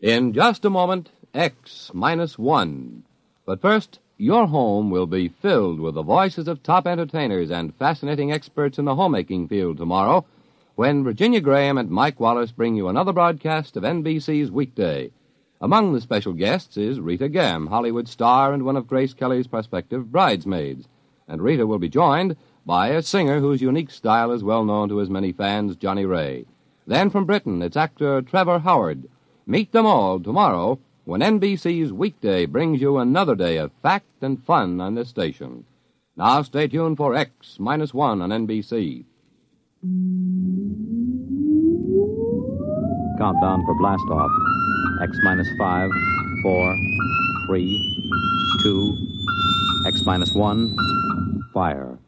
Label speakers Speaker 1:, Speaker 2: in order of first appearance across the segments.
Speaker 1: In just a moment, X minus one. But first, your home will be filled with the voices of top entertainers and fascinating experts in the homemaking field tomorrow when Virginia Graham and Mike Wallace bring you another broadcast of NBC's Weekday. Among the special guests is Rita Gam, Hollywood star and one of Grace Kelly's prospective bridesmaids. And Rita will be joined by a singer whose unique style is well known to his many fans, Johnny Ray. Then from Britain, it's actor Trevor Howard. Meet them all tomorrow when NBC's Weekday brings you another day of fact and fun on this station. Now stay tuned for X minus one on NBC.
Speaker 2: Countdown for blast off. X minus five, four, three, two, X minus one, fire.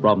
Speaker 2: From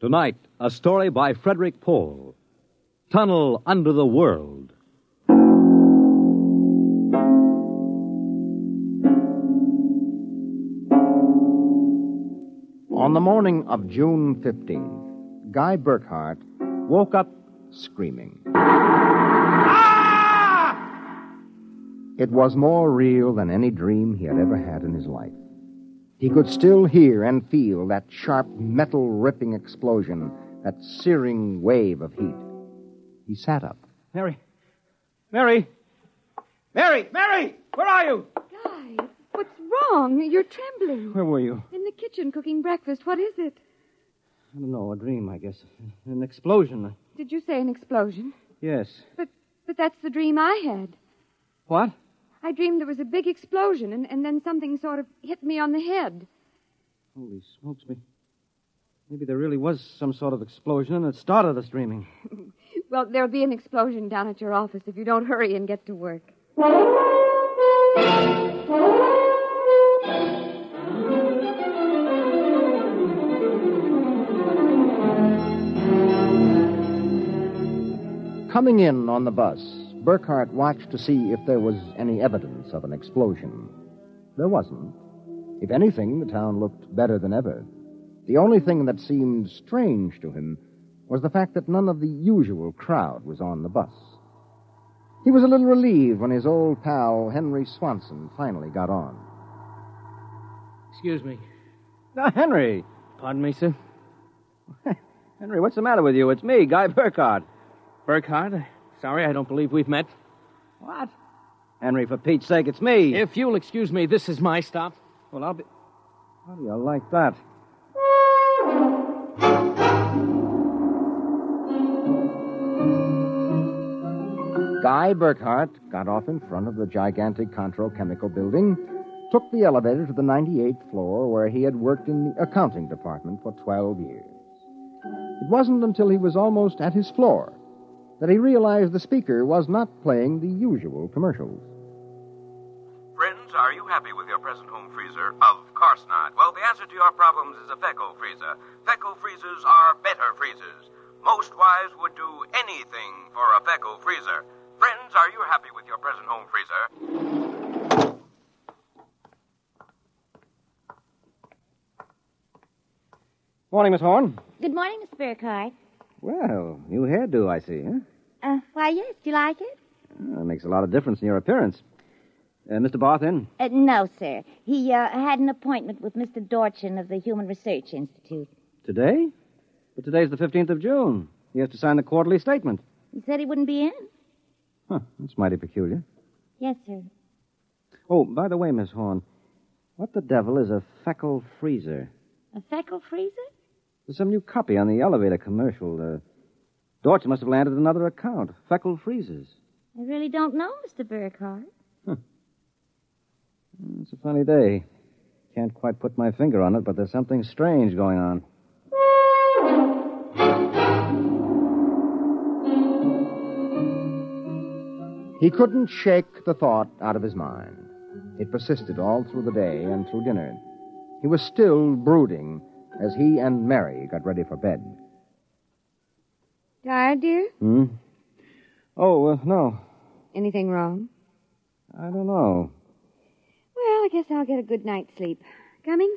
Speaker 2: Tonight, a story by Frederick Pohl Tunnel Under the World.
Speaker 3: On the morning of June 15th, Guy Burkhart woke up screaming.
Speaker 4: Ah!
Speaker 3: It was more real than any dream he had ever had in his life. He could still hear and feel that sharp, metal ripping explosion, that searing wave of heat. He sat up.
Speaker 4: Mary. Mary. Mary. Mary. Where are you?
Speaker 5: Guy, what's wrong? You're trembling.
Speaker 4: Where were you?
Speaker 5: In the kitchen cooking breakfast. What is it?
Speaker 4: I don't know. A dream, I guess. An explosion.
Speaker 5: Did you say an explosion?
Speaker 4: Yes.
Speaker 5: But but that's the dream I had.
Speaker 4: What?
Speaker 5: I dreamed there was a big explosion and, and then something sort of hit me on the head.
Speaker 4: Holy smokes me. Maybe there really was some sort of explosion and it started us dreaming.
Speaker 5: Well, there'll be an explosion down at your office if you don't hurry and get to work.
Speaker 3: Coming in on the bus, Burkhart watched to see if there was any evidence of an explosion. There wasn't. If anything, the town looked better than ever. The only thing that seemed strange to him was the fact that none of the usual crowd was on the bus. He was a little relieved when his old pal, Henry Swanson, finally got on.
Speaker 4: Excuse me. Now, Henry. Pardon me, sir. Henry, what's the matter with you? It's me, Guy Burkhardt. Burkhardt? Sorry, I don't believe we've met. What? Henry, for Pete's sake, it's me. If you'll excuse me, this is my stop. Well, I'll be. How do you like that?
Speaker 3: Guy Burkhart got off in front of the gigantic Contro Chemical building, took the elevator to the 98th floor where he had worked in the accounting department for 12 years. It wasn't until he was almost at his floor that he realized the speaker was not playing the usual commercials.
Speaker 6: Friends, are you happy with your present home freezer? Of course not. Well, the answer to your problems is a Feco freezer. Feco freezers are better freezers. Most wives would do anything for a Feco freezer. Friends, are you happy with your present home freezer?
Speaker 4: Morning, Miss Horn.
Speaker 7: Good morning, Miss Burkhardt.
Speaker 4: Well, new hairdo, I see, huh?
Speaker 7: Uh, why, yes. Do you like it?
Speaker 4: That makes a lot of difference in your appearance. Uh, Mr. Barth in?
Speaker 7: Uh, no, sir. He uh, had an appointment with Mr. Dorchin of the Human Research Institute.
Speaker 4: Today? But today's the 15th of June. He has to sign the quarterly statement.
Speaker 7: He said he wouldn't be in.
Speaker 4: Huh, that's mighty peculiar.
Speaker 7: Yes, sir.
Speaker 3: Oh, by the way, Miss Horn, what the devil is a feckle freezer?
Speaker 8: A feckle freezer?
Speaker 3: There's some new copy on the elevator commercial. Uh, Dorch must have landed another account. Feckle freezers.
Speaker 8: I really don't know, Mr. Burkhardt.
Speaker 3: It's a funny day. Can't quite put my finger on it, but there's something strange going on.
Speaker 4: He couldn't shake the thought out of his mind. It persisted all through the day and through dinner. He was still brooding as he and Mary got ready for bed.
Speaker 5: Tired, dear?
Speaker 3: Hmm? Oh, uh, no.
Speaker 5: Anything wrong?
Speaker 3: I don't know.
Speaker 5: Well, I guess I'll get a good night's sleep. Coming?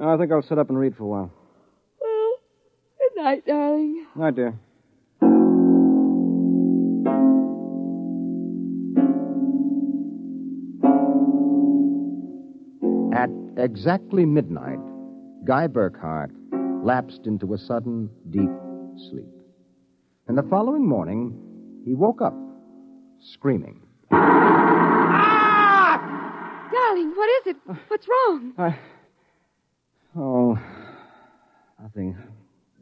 Speaker 3: I think I'll sit up and read for a while.
Speaker 5: Well, good night, darling.
Speaker 3: Night, dear.
Speaker 4: At exactly midnight, Guy Burkhart lapsed into a sudden, deep sleep. And the following morning, he woke up screaming.
Speaker 3: Ah!
Speaker 5: Darling, what is it? What's wrong?
Speaker 3: I. Oh. Nothing.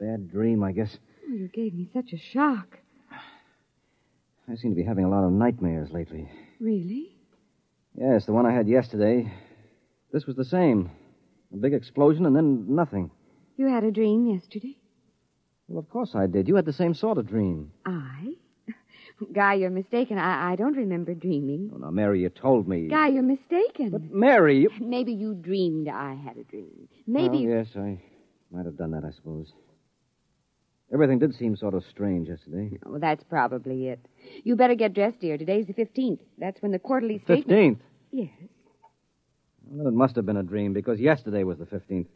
Speaker 3: Bad dream, I guess.
Speaker 5: Oh, you gave me such a shock.
Speaker 3: I seem to be having a lot of nightmares lately.
Speaker 5: Really?
Speaker 3: Yes, the one I had yesterday. This was the same. A big explosion and then nothing.
Speaker 5: You had a dream yesterday?
Speaker 3: Well, of course I did. You had the same sort of dream.
Speaker 5: I? Guy, you're mistaken. I, I don't remember dreaming.
Speaker 3: Oh, now, Mary, you told me.
Speaker 5: Guy, you're mistaken.
Speaker 3: But Mary, you...
Speaker 5: Maybe you dreamed I had a dream. Maybe.
Speaker 3: Oh, yes, I might have done that, I suppose. Everything did seem sort of strange yesterday.
Speaker 5: Oh, that's probably it. You better get dressed, dear. Today's the 15th. That's when the quarterly statement.
Speaker 3: Fifteenth.
Speaker 5: Yes.
Speaker 3: Well, it must have been a dream because yesterday was the fifteenth.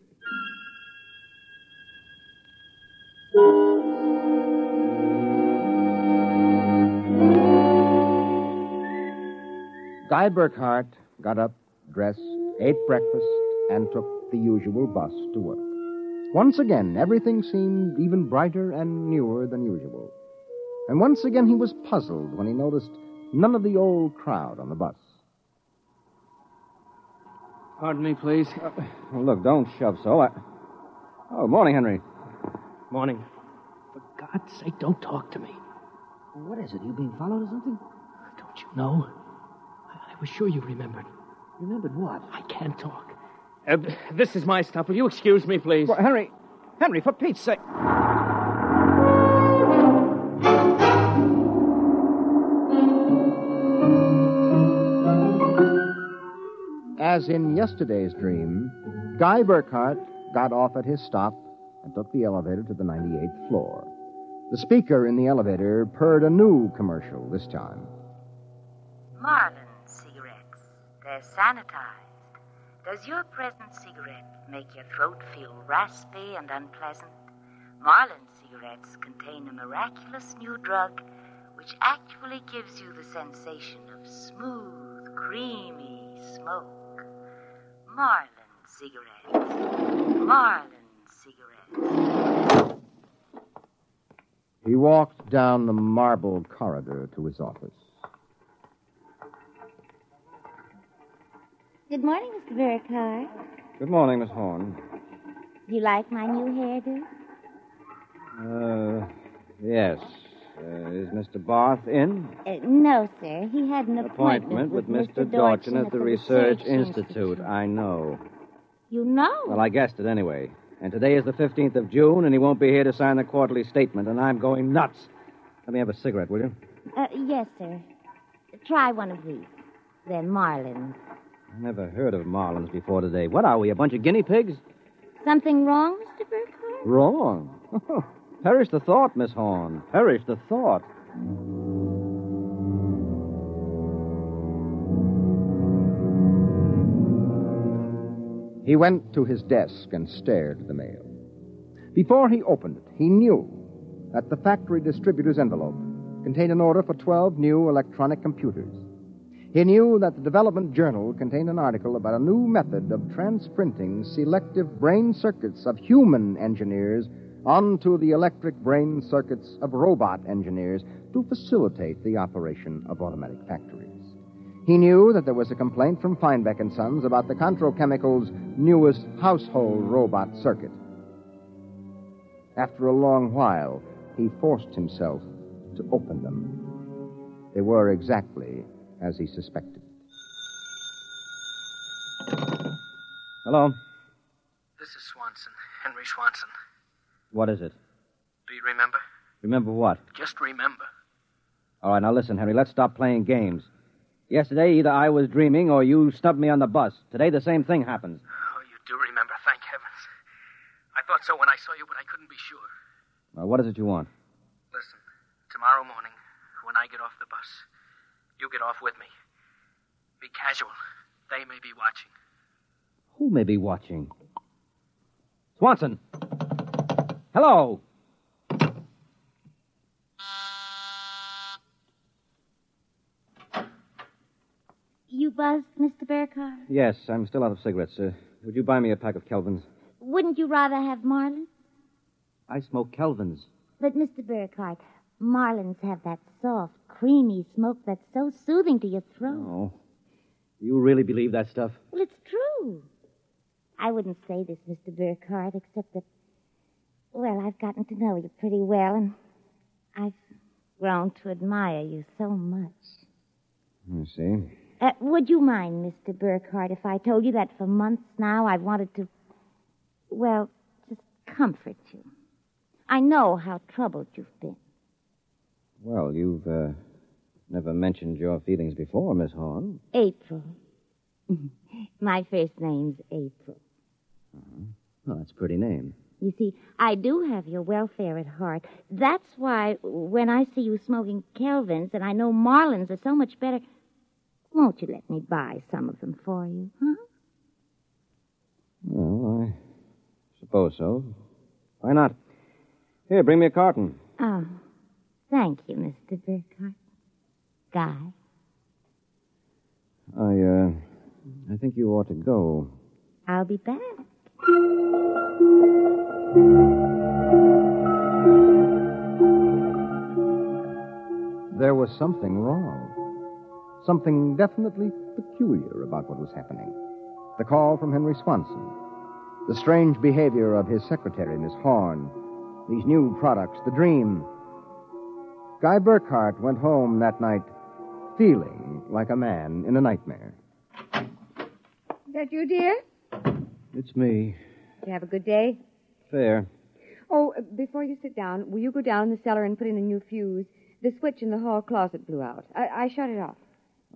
Speaker 4: Guy Burkhart got up, dressed, ate breakfast, and took the usual bus to work. Once again, everything seemed even brighter and newer than usual. And once again, he was puzzled when he noticed none of the old crowd on the bus.
Speaker 3: Pardon me, please. Uh, look, don't shove so. I... Oh, morning, Henry.
Speaker 9: Morning. For God's sake, don't talk to me.
Speaker 3: What is it? You being followed or something?
Speaker 9: Don't you know? I, I was sure you remembered.
Speaker 3: Remembered what?
Speaker 9: I can't talk. Uh, this is my stop. Will you excuse me, please?
Speaker 3: Well, Henry, Henry, for Pete's sake.
Speaker 4: As in yesterday's dream, Guy Burkhart got off at his stop and took the elevator to the 98th floor. The speaker in the elevator purred a new commercial this time.
Speaker 7: Marlin cigarettes. They're sanitized. Does your present cigarette make your throat feel raspy and unpleasant? Marlin cigarettes contain a miraculous new drug which actually gives you the sensation of smooth, creamy smoke. Marlin cigarettes. Marlin cigarettes.
Speaker 4: He walked down the marble corridor to his office.
Speaker 8: Good morning, Mr. Burkhardt.
Speaker 3: Good morning, Miss Horn.
Speaker 8: Do you like my new hairdo?
Speaker 3: Uh, yes. Uh, is Mr. Barth in?
Speaker 8: Uh, no, sir. He had an appointment,
Speaker 3: Appointment with Mr. Dorchin at the Research Institute. I know.
Speaker 8: You know?
Speaker 3: Well, I guessed it anyway. And today is the 15th of June, and he won't be here to sign the quarterly statement, and I'm going nuts. Let me have a cigarette, will you?
Speaker 8: Uh, yes, sir. Try one of these. They're Marlin.
Speaker 3: I never heard of Marlins before today. What are we, a bunch of guinea pigs?
Speaker 8: Something wrong, Mr. Burkhardt?
Speaker 3: Wrong. Perish the thought, Miss Horn. Perish the thought.
Speaker 4: He went to his desk and stared at the mail. Before he opened it, he knew that the factory distributor's envelope contained an order for 12 new electronic computers. He knew that the development journal contained an article about a new method of transprinting selective brain circuits of human engineers onto the electric brain circuits of robot engineers to facilitate the operation of automatic factories.
Speaker 3: He knew that there was a complaint from Feinbeck and Sons about the Controchemical's newest household robot circuit. After a long while, he forced himself to open them. They were exactly as he suspected.
Speaker 4: Hello.
Speaker 9: This is Swanson, Henry Swanson.
Speaker 4: What is it?
Speaker 9: Do you remember?
Speaker 4: Remember what?
Speaker 9: Just remember.
Speaker 4: All right, now listen, Henry, let's stop playing games. Yesterday, either I was dreaming or you snubbed me on the bus. Today, the same thing happens.
Speaker 9: Oh, you do remember, thank heavens. I thought so when I saw you, but I couldn't be sure.
Speaker 4: Now, what is it you want?
Speaker 9: Listen, tomorrow morning, when I get off the bus, you get off with me. Be casual. They may be watching.
Speaker 4: Who may be watching? Swanson! Hello!
Speaker 7: You buzzed, Mr. Burkhardt?
Speaker 4: Yes, I'm still out of cigarettes. Uh, would you buy me a pack of Kelvins?
Speaker 7: Wouldn't you rather have Marlin?
Speaker 4: I smoke Kelvins.
Speaker 7: But, Mr. Burkhardt, Marlins have that soft, creamy smoke that's so soothing to your throat.
Speaker 4: Oh. You really believe that stuff?
Speaker 7: Well, it's true. I wouldn't say this, Mr. Burkhardt, except that, well, I've gotten to know you pretty well, and I've grown to admire you so much.
Speaker 4: I see.
Speaker 7: Uh, would you mind, Mr. Burkhardt, if I told you that for months now I've wanted to, well, just comfort you? I know how troubled you've been.
Speaker 4: Well, you've uh, never mentioned your feelings before, Miss Horn.
Speaker 7: April. My first name's April.
Speaker 4: Well, that's a pretty name.
Speaker 7: You see, I do have your welfare at heart. That's why when I see you smoking Kelvins and I know Marlins are so much better, won't you let me buy some of them for you, huh?
Speaker 4: Well, I suppose so. Why not? Here, bring me a carton.
Speaker 7: Oh, thank you, Mr. Burkhart. Guy.
Speaker 4: I, uh, I think you ought to go.
Speaker 7: I'll be back.
Speaker 3: There was something wrong. Something definitely peculiar about what was happening. The call from Henry Swanson, the strange behavior of his secretary, Miss Horn, these new products, the dream. Guy Burkhart went home that night feeling like a man in a nightmare.
Speaker 5: Is that you, dear?
Speaker 4: It's me.
Speaker 5: Did you have a good day?
Speaker 4: Fair.
Speaker 5: Oh, uh, before you sit down, will you go down in the cellar and put in a new fuse? The switch in the hall closet blew out. I, I shut it off.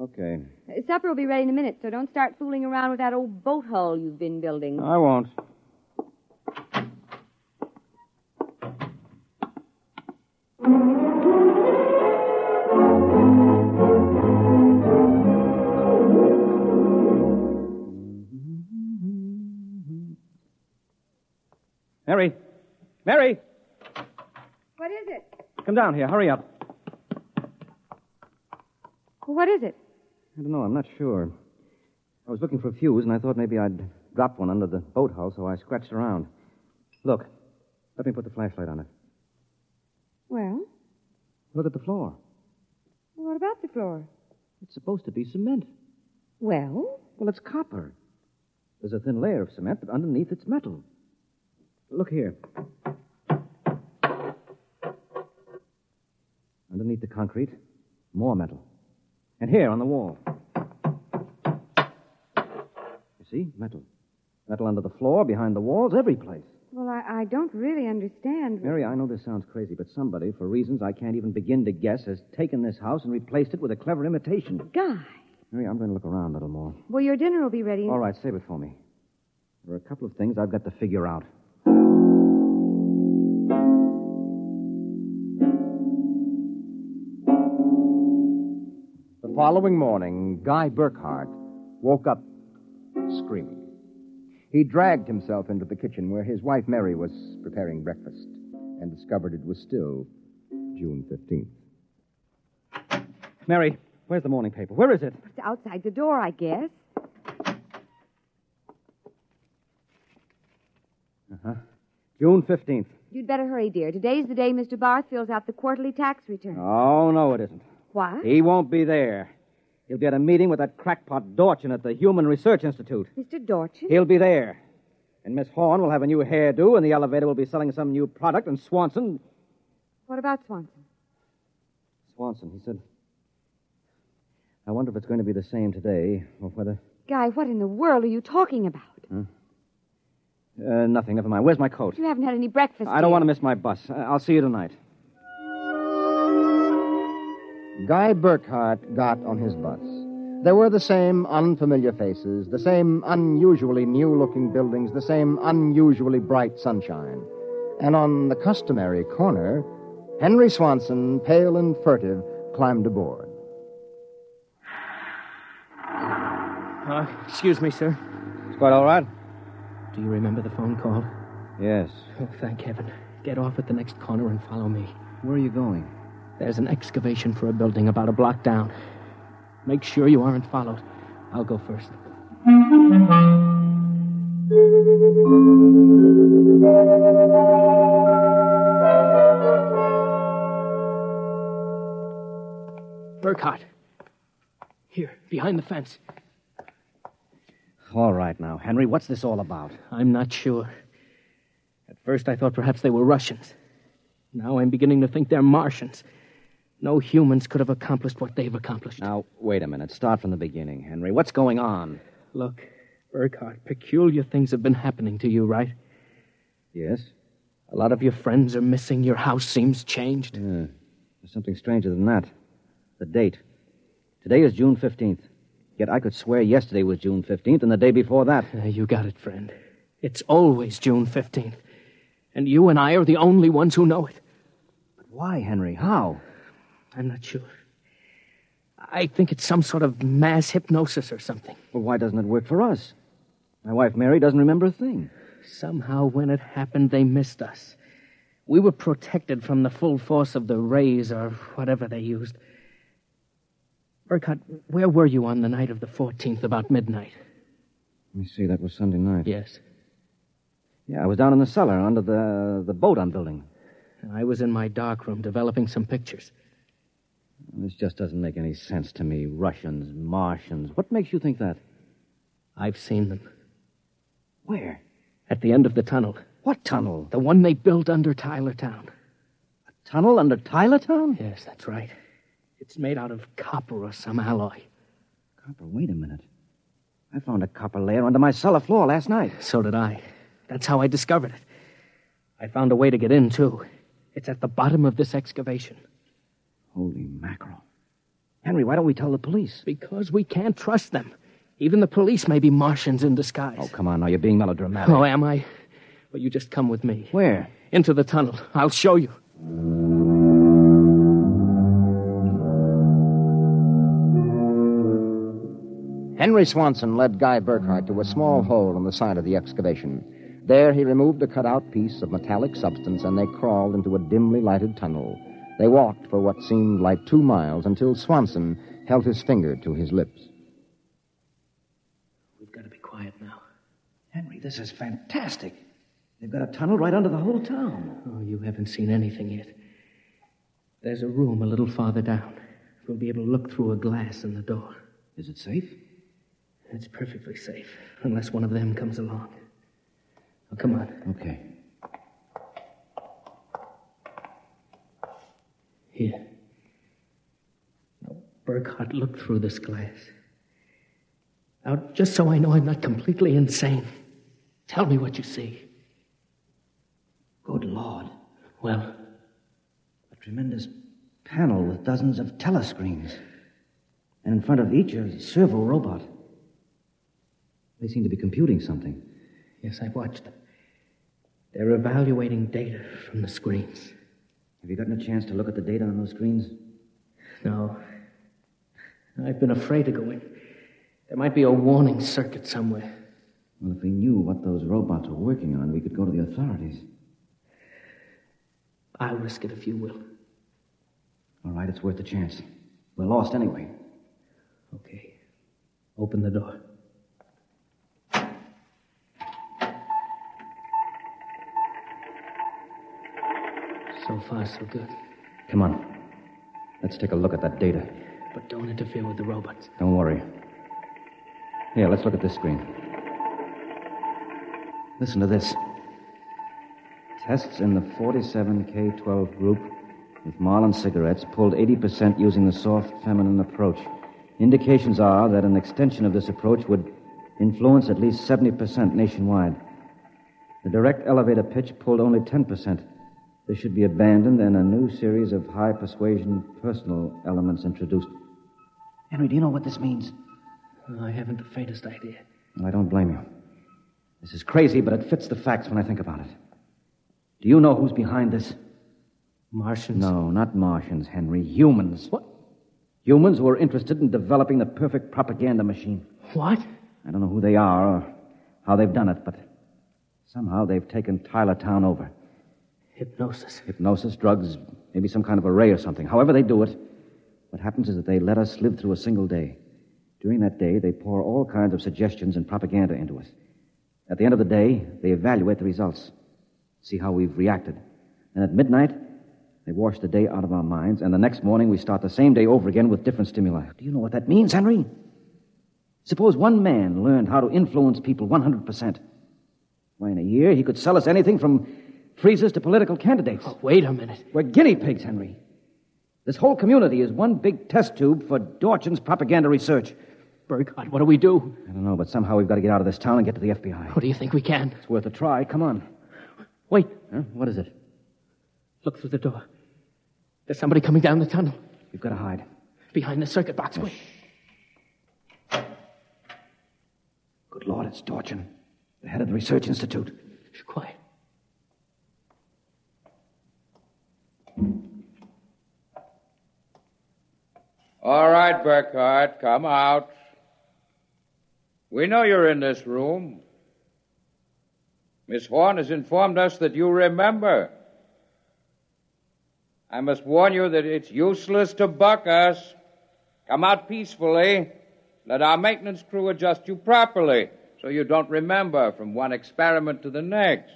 Speaker 4: Okay.
Speaker 5: Uh, Supper will be ready in a minute, so don't start fooling around with that old boat hull you've been building.
Speaker 4: I won't. Mary! Mary!
Speaker 5: What is it?
Speaker 4: Come down here. Hurry up.
Speaker 5: What is it?
Speaker 4: I don't know. I'm not sure. I was looking for a fuse, and I thought maybe I'd dropped one under the boat hull, so I scratched around. Look. Let me put the flashlight on it.
Speaker 5: Well,
Speaker 4: Look at the floor.
Speaker 5: what about the floor?
Speaker 4: It's supposed to be cement.
Speaker 5: Well?
Speaker 4: Well, it's copper. There's a thin layer of cement, but underneath it's metal. Look here. Underneath the concrete, more metal. And here on the wall. You see? Metal. Metal under the floor, behind the walls, every place.
Speaker 5: Well, I, I don't really understand.
Speaker 4: Mary, I know this sounds crazy, but somebody, for reasons I can't even begin to guess, has taken this house and replaced it with a clever imitation.
Speaker 5: Guy,
Speaker 4: Mary, I'm going to look around a little more.
Speaker 5: well, your dinner will be ready.
Speaker 4: All right, save it for me. There are a couple of things I've got to figure out.
Speaker 3: The following morning, Guy Burkhart woke up screaming. He dragged himself into the kitchen where his wife Mary was preparing breakfast and discovered it was still June 15th.
Speaker 4: Mary, where's the morning paper? Where is it?
Speaker 5: It's outside the door, I guess.
Speaker 4: June 15th.
Speaker 5: You'd better hurry, dear. Today's the day Uh, Mr. Barth fills out the quarterly tax return. eh.
Speaker 4: Oh, no, it isn't.
Speaker 5: What?
Speaker 4: He won't be there. He'll be at a meeting with that crackpot Dorchin at the Human Research Institute.
Speaker 5: Mr. Dorchin?
Speaker 4: He'll be there. And Miss Horn will have a new hairdo, and the elevator will be selling some new product, and Swanson.
Speaker 5: What about Swanson?
Speaker 4: Swanson, he said. I wonder if it's going to be the same today, or whether.
Speaker 5: Guy, what in the world are you talking about?
Speaker 4: Uh, nothing, never mind. Where's my coat?
Speaker 5: You haven't had any breakfast.
Speaker 4: I don't
Speaker 5: dear.
Speaker 4: want to miss my bus. I- I'll see you tonight.
Speaker 3: Guy Burkhart got on his bus. There were the same unfamiliar faces, the same unusually new looking buildings, the same unusually bright sunshine. And on the customary corner, Henry Swanson, pale and furtive, climbed aboard.
Speaker 4: Uh, excuse me, sir. It's quite all right.
Speaker 10: Do you remember the phone call?
Speaker 4: Yes.
Speaker 10: Oh, thank heaven. Get off at the next corner and follow me.
Speaker 4: Where are you going?
Speaker 10: There's an excavation for a building about a block down. Make sure you aren't followed. I'll go first. Burkhardt. Here, behind the fence.
Speaker 4: All right now, Henry. What's this all about?
Speaker 10: I'm not sure. At first, I thought perhaps they were Russians. Now I'm beginning to think they're Martians. No humans could have accomplished what they've accomplished.
Speaker 4: Now, wait a minute. Start from the beginning, Henry. What's going on?
Speaker 10: Look, Burkhardt, peculiar things have been happening to you, right?
Speaker 4: Yes.
Speaker 10: A lot of your friends are missing. Your house seems changed.
Speaker 4: There's something stranger than that. The date. Today is June 15th. Yet I could swear yesterday was June 15th and the day before that.
Speaker 10: Uh, you got it, friend. It's always June 15th. And you and I are the only ones who know it.
Speaker 4: But why, Henry? How?
Speaker 10: I'm not sure. I think it's some sort of mass hypnosis or something.
Speaker 4: Well, why doesn't it work for us? My wife, Mary, doesn't remember a thing.
Speaker 10: Somehow, when it happened, they missed us. We were protected from the full force of the rays or whatever they used. Burkhardt, where were you on the night of the 14th, about midnight?
Speaker 4: Let me see. That was Sunday night.
Speaker 10: Yes.
Speaker 4: Yeah, I was down in the cellar under the, the boat I'm building.
Speaker 10: I was in my darkroom developing some pictures.
Speaker 4: This just doesn't make any sense to me. Russians, Martians. What makes you think that?
Speaker 10: I've seen them.
Speaker 4: Where?
Speaker 10: At the end of the tunnel.
Speaker 4: What tunnel?
Speaker 10: The one they built under Tyler Town.
Speaker 4: Tunnel under Tylertown?
Speaker 10: Yes, that's right. It's made out of copper or some alloy.
Speaker 4: Copper, wait a minute. I found a copper layer under my cellar floor last night.
Speaker 10: So did I. That's how I discovered it. I found a way to get in, too. It's at the bottom of this excavation.
Speaker 4: Holy mackerel. Henry, why don't we tell the police?
Speaker 10: Because we can't trust them. Even the police may be Martians in disguise.
Speaker 4: Oh, come on now. You're being melodramatic.
Speaker 10: Oh, am I? Well, you just come with me.
Speaker 4: Where?
Speaker 10: Into the tunnel. I'll show you.
Speaker 3: Henry Swanson led Guy Burkhart to a small hole in the side of the excavation. There he removed a cutout piece of metallic substance and they crawled into a dimly lighted tunnel. They walked for what seemed like two miles until Swanson held his finger to his lips.
Speaker 10: We've got to be quiet now.
Speaker 4: Henry, this is fantastic. They've got a tunnel right under the whole town.
Speaker 10: Oh, you haven't seen anything yet. There's a room a little farther down. We'll be able to look through a glass in the door.
Speaker 4: Is it safe?
Speaker 10: It's perfectly safe, unless one of them comes along. Oh, come on.
Speaker 4: Okay.
Speaker 10: Here. Now, Burkhardt, look through this glass. Now, just so I know I'm not completely insane, tell me what you see.
Speaker 4: Good Lord.
Speaker 10: Well,
Speaker 4: A tremendous panel with dozens of telescreens. And in front of each, a servo robot. They seem to be computing something.
Speaker 10: yes, I watched them. They're evaluating data from the screens.
Speaker 4: Have you gotten a chance to look at the data on those screens?
Speaker 10: No. I've been afraid to go in. There might be a warning circuit somewhere.
Speaker 4: Well, if we knew what those robots were working on, we could go to the authorities.
Speaker 10: I'll risk it if you will.
Speaker 4: All right, it's worth a chance. We're lost anyway.
Speaker 10: Okay. Open the door. So far, so good.
Speaker 4: Come on. Let's take a look at that data.
Speaker 10: But don't interfere with the robots.
Speaker 4: Don't worry. Here, let's look at this screen. Listen to this. Tests in the 47K12 group with Marlin cigarettes pulled 80% using the soft feminine approach. Indications are that an extension of this approach would influence at least 70% nationwide. The direct elevator pitch pulled only 10%. This should be abandoned and a new series of high persuasion personal elements introduced.
Speaker 10: Henry, do you know what this means? I haven't the faintest idea.
Speaker 4: And I don't blame you. This is crazy, but it fits the facts when I think about it. Do you know who's behind this?
Speaker 10: Martians?
Speaker 4: No, not Martians, Henry. Humans. What? Humans who are interested in developing the perfect propaganda machine.
Speaker 10: What?
Speaker 4: I don't know who they are or how they've done it, but somehow they've taken Tyler Town over.
Speaker 10: Hypnosis.
Speaker 4: Hypnosis, drugs, maybe some kind of array or something. However they do it, what happens is that they let us live through a single day. During that day, they pour all kinds of suggestions and propaganda into us. At the end of the day, they evaluate the results, see how we've reacted. And at midnight, they wash the day out of our minds, and the next morning we start the same day over again with different stimuli. Do you know what that means, Henry? Suppose one man learned how to influence people 100%. Why, in a year, he could sell us anything from freezers to political candidates.
Speaker 10: Oh, wait a minute.
Speaker 4: We're guinea pigs, Henry. This whole community is one big test tube for Dorchin's propaganda research.
Speaker 10: Burkhardt, what do we do?
Speaker 4: I don't know, but somehow we've got to get out of this town and get to the FBI.
Speaker 10: What do you think we can?
Speaker 4: It's worth a try. Come on.
Speaker 10: Wait.
Speaker 4: Huh? What is it?
Speaker 10: Look through the door. There's somebody coming down the tunnel.
Speaker 4: We've got to hide.
Speaker 10: Behind the circuit box. Wait.
Speaker 4: Good Lord, it's Dorchin, the head of the Research Institute.
Speaker 10: Shh, quiet.
Speaker 11: All right, Burkhardt, come out. We know you're in this room. Miss Horn has informed us that you remember. I must warn you that it's useless to buck us. Come out peacefully. Let our maintenance crew adjust you properly so you don't remember from one experiment to the next.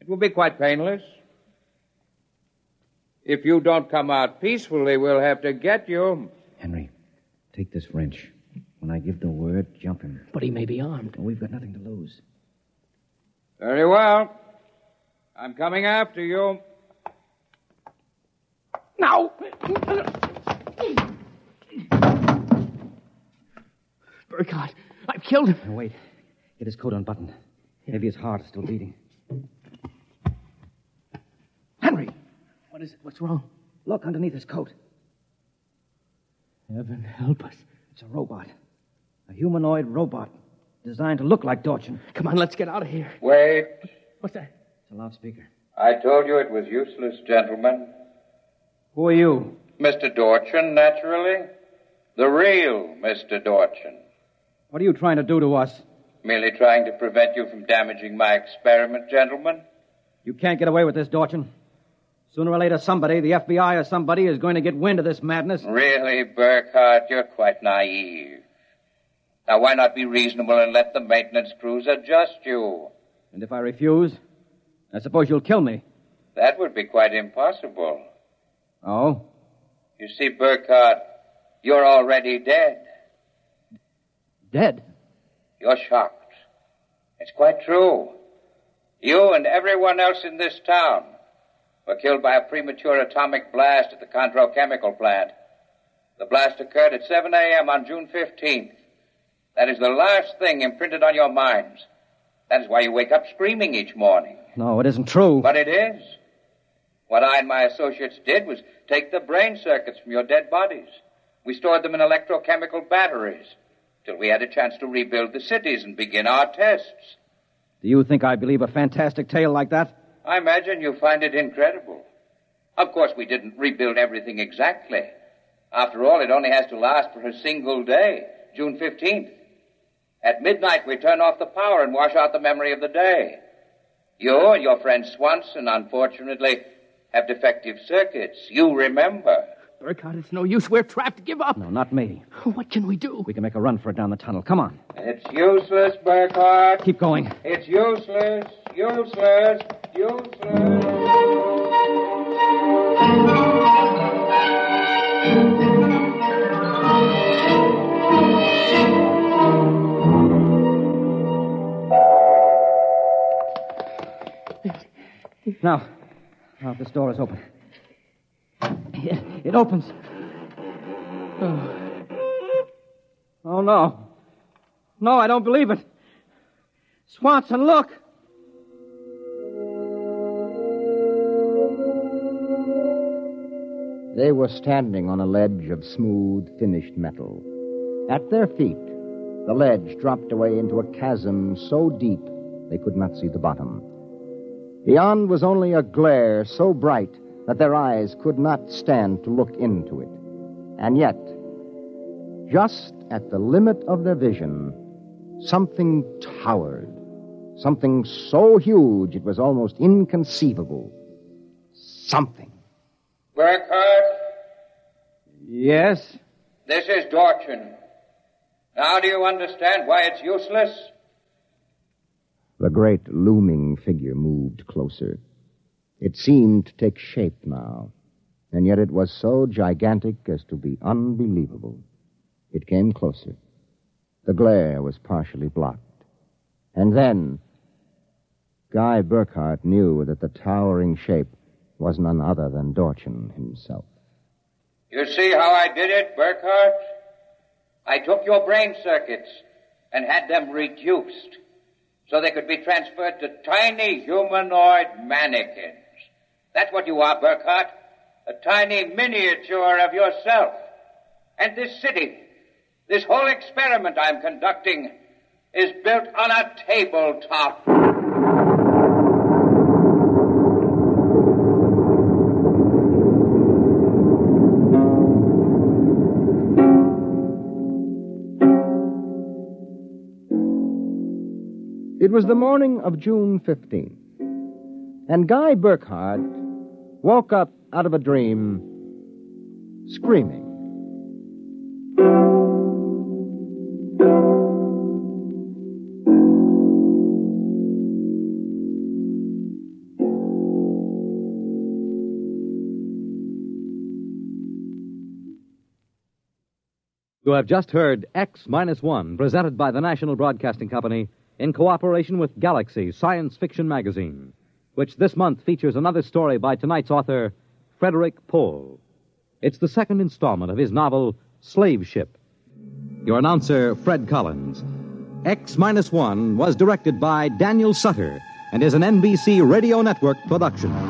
Speaker 11: It will be quite painless. If you don't come out peacefully, we'll have to get you.
Speaker 4: Henry, take this wrench. When I give the word, jump him.
Speaker 10: But he may be armed.
Speaker 4: Oh, we've got nothing to lose.
Speaker 11: Very well. I'm coming after you.
Speaker 10: Now! Burkhardt, I've killed him.
Speaker 4: Now, wait. Get his coat unbuttoned. Maybe his heart is still beating.
Speaker 10: Henry! What is it? What's wrong?
Speaker 4: Look underneath his coat.
Speaker 10: Heaven help us.
Speaker 4: It's a robot. A humanoid robot designed to look like Dorchin.
Speaker 10: Come on, let's get out of here.
Speaker 11: Wait.
Speaker 10: What's that?
Speaker 4: It's a loudspeaker.
Speaker 11: I told you it was useless, gentlemen.
Speaker 10: Who are you?
Speaker 11: Mr. Dorchin, naturally. The real Mr. Dorchin.
Speaker 4: What are you trying to do to us?
Speaker 11: Merely trying to prevent you from damaging my experiment, gentlemen.
Speaker 4: You can't get away with this, Dorchin. Sooner or later, somebody, the FBI or somebody, is going to get wind of this madness.
Speaker 11: Really, Burkhardt, you're quite naive. Now, why not be reasonable and let the maintenance crews adjust you?
Speaker 4: And if I refuse, I suppose you'll kill me.
Speaker 11: That would be quite impossible.
Speaker 4: Oh?
Speaker 11: You see, Burkhardt, you're already dead.
Speaker 4: Dead?
Speaker 11: You're shocked. It's quite true. You and everyone else in this town were killed by a premature atomic blast at the Contro chemical plant. The blast occurred at 7 a.m. on June 15th. That is the last thing imprinted on your minds. That is why you wake up screaming each morning.
Speaker 4: No, it isn't true.
Speaker 11: But it is. What I and my associates did was take the brain circuits from your dead bodies. We stored them in electrochemical batteries till we had a chance to rebuild the cities and begin our tests.
Speaker 4: Do you think I believe a fantastic tale like that?
Speaker 11: I imagine you find it incredible. Of course, we didn't rebuild everything exactly. After all, it only has to last for a single day, June 15th. At midnight, we turn off the power and wash out the memory of the day. You and your friend Swanson, unfortunately, have defective circuits. You remember.
Speaker 10: Burkhardt, it's no use. We're trapped. Give up.
Speaker 4: No, not me.
Speaker 10: What can we do?
Speaker 4: We can make a run for it down the tunnel. Come on.
Speaker 11: It's useless, Burkhardt.
Speaker 4: Keep going.
Speaker 11: It's useless, useless, useless.
Speaker 12: Now, now this door is open. It, it opens.
Speaker 13: Oh. Oh, no. No, I don't believe it. Swanson, look.
Speaker 4: They were standing on a ledge of smooth, finished metal. At their feet, the ledge dropped away into a chasm so deep they could not see the bottom. Beyond was only a glare so bright that their eyes could not stand to look into it. And yet, just at the limit of their vision, something towered. Something so huge it was almost inconceivable. Something.
Speaker 11: Burkhardt,
Speaker 13: Yes?
Speaker 11: this is Dorchin. Now do you understand why it's useless?
Speaker 4: The great looming figure moved closer. It seemed to take shape now, and yet it was so gigantic as to be unbelievable. It came closer. The glare was partially blocked. And then, Guy Burkhart knew that the towering shape was none other than Dorchin himself.
Speaker 11: You see how I did it, Burkhardt? I took your brain circuits and had them reduced so they could be transferred to tiny humanoid mannequins. That's what you are, Burkhardt. A tiny miniature of yourself. And this city, this whole experiment I'm conducting, is built on a tabletop.
Speaker 4: It was the morning of June 15th, and Guy Burkhardt woke up out of a dream screaming.
Speaker 14: You have just heard X Minus One, presented by the National Broadcasting Company in cooperation with Galaxy Science Fiction Magazine, which this month features another story by tonight's author, Frederick Pohl. It's the second installment of his novel, Slave Ship. Your announcer, Fred Collins. X Minus One was directed by Daniel Sutter and is an NBC Radio Network production.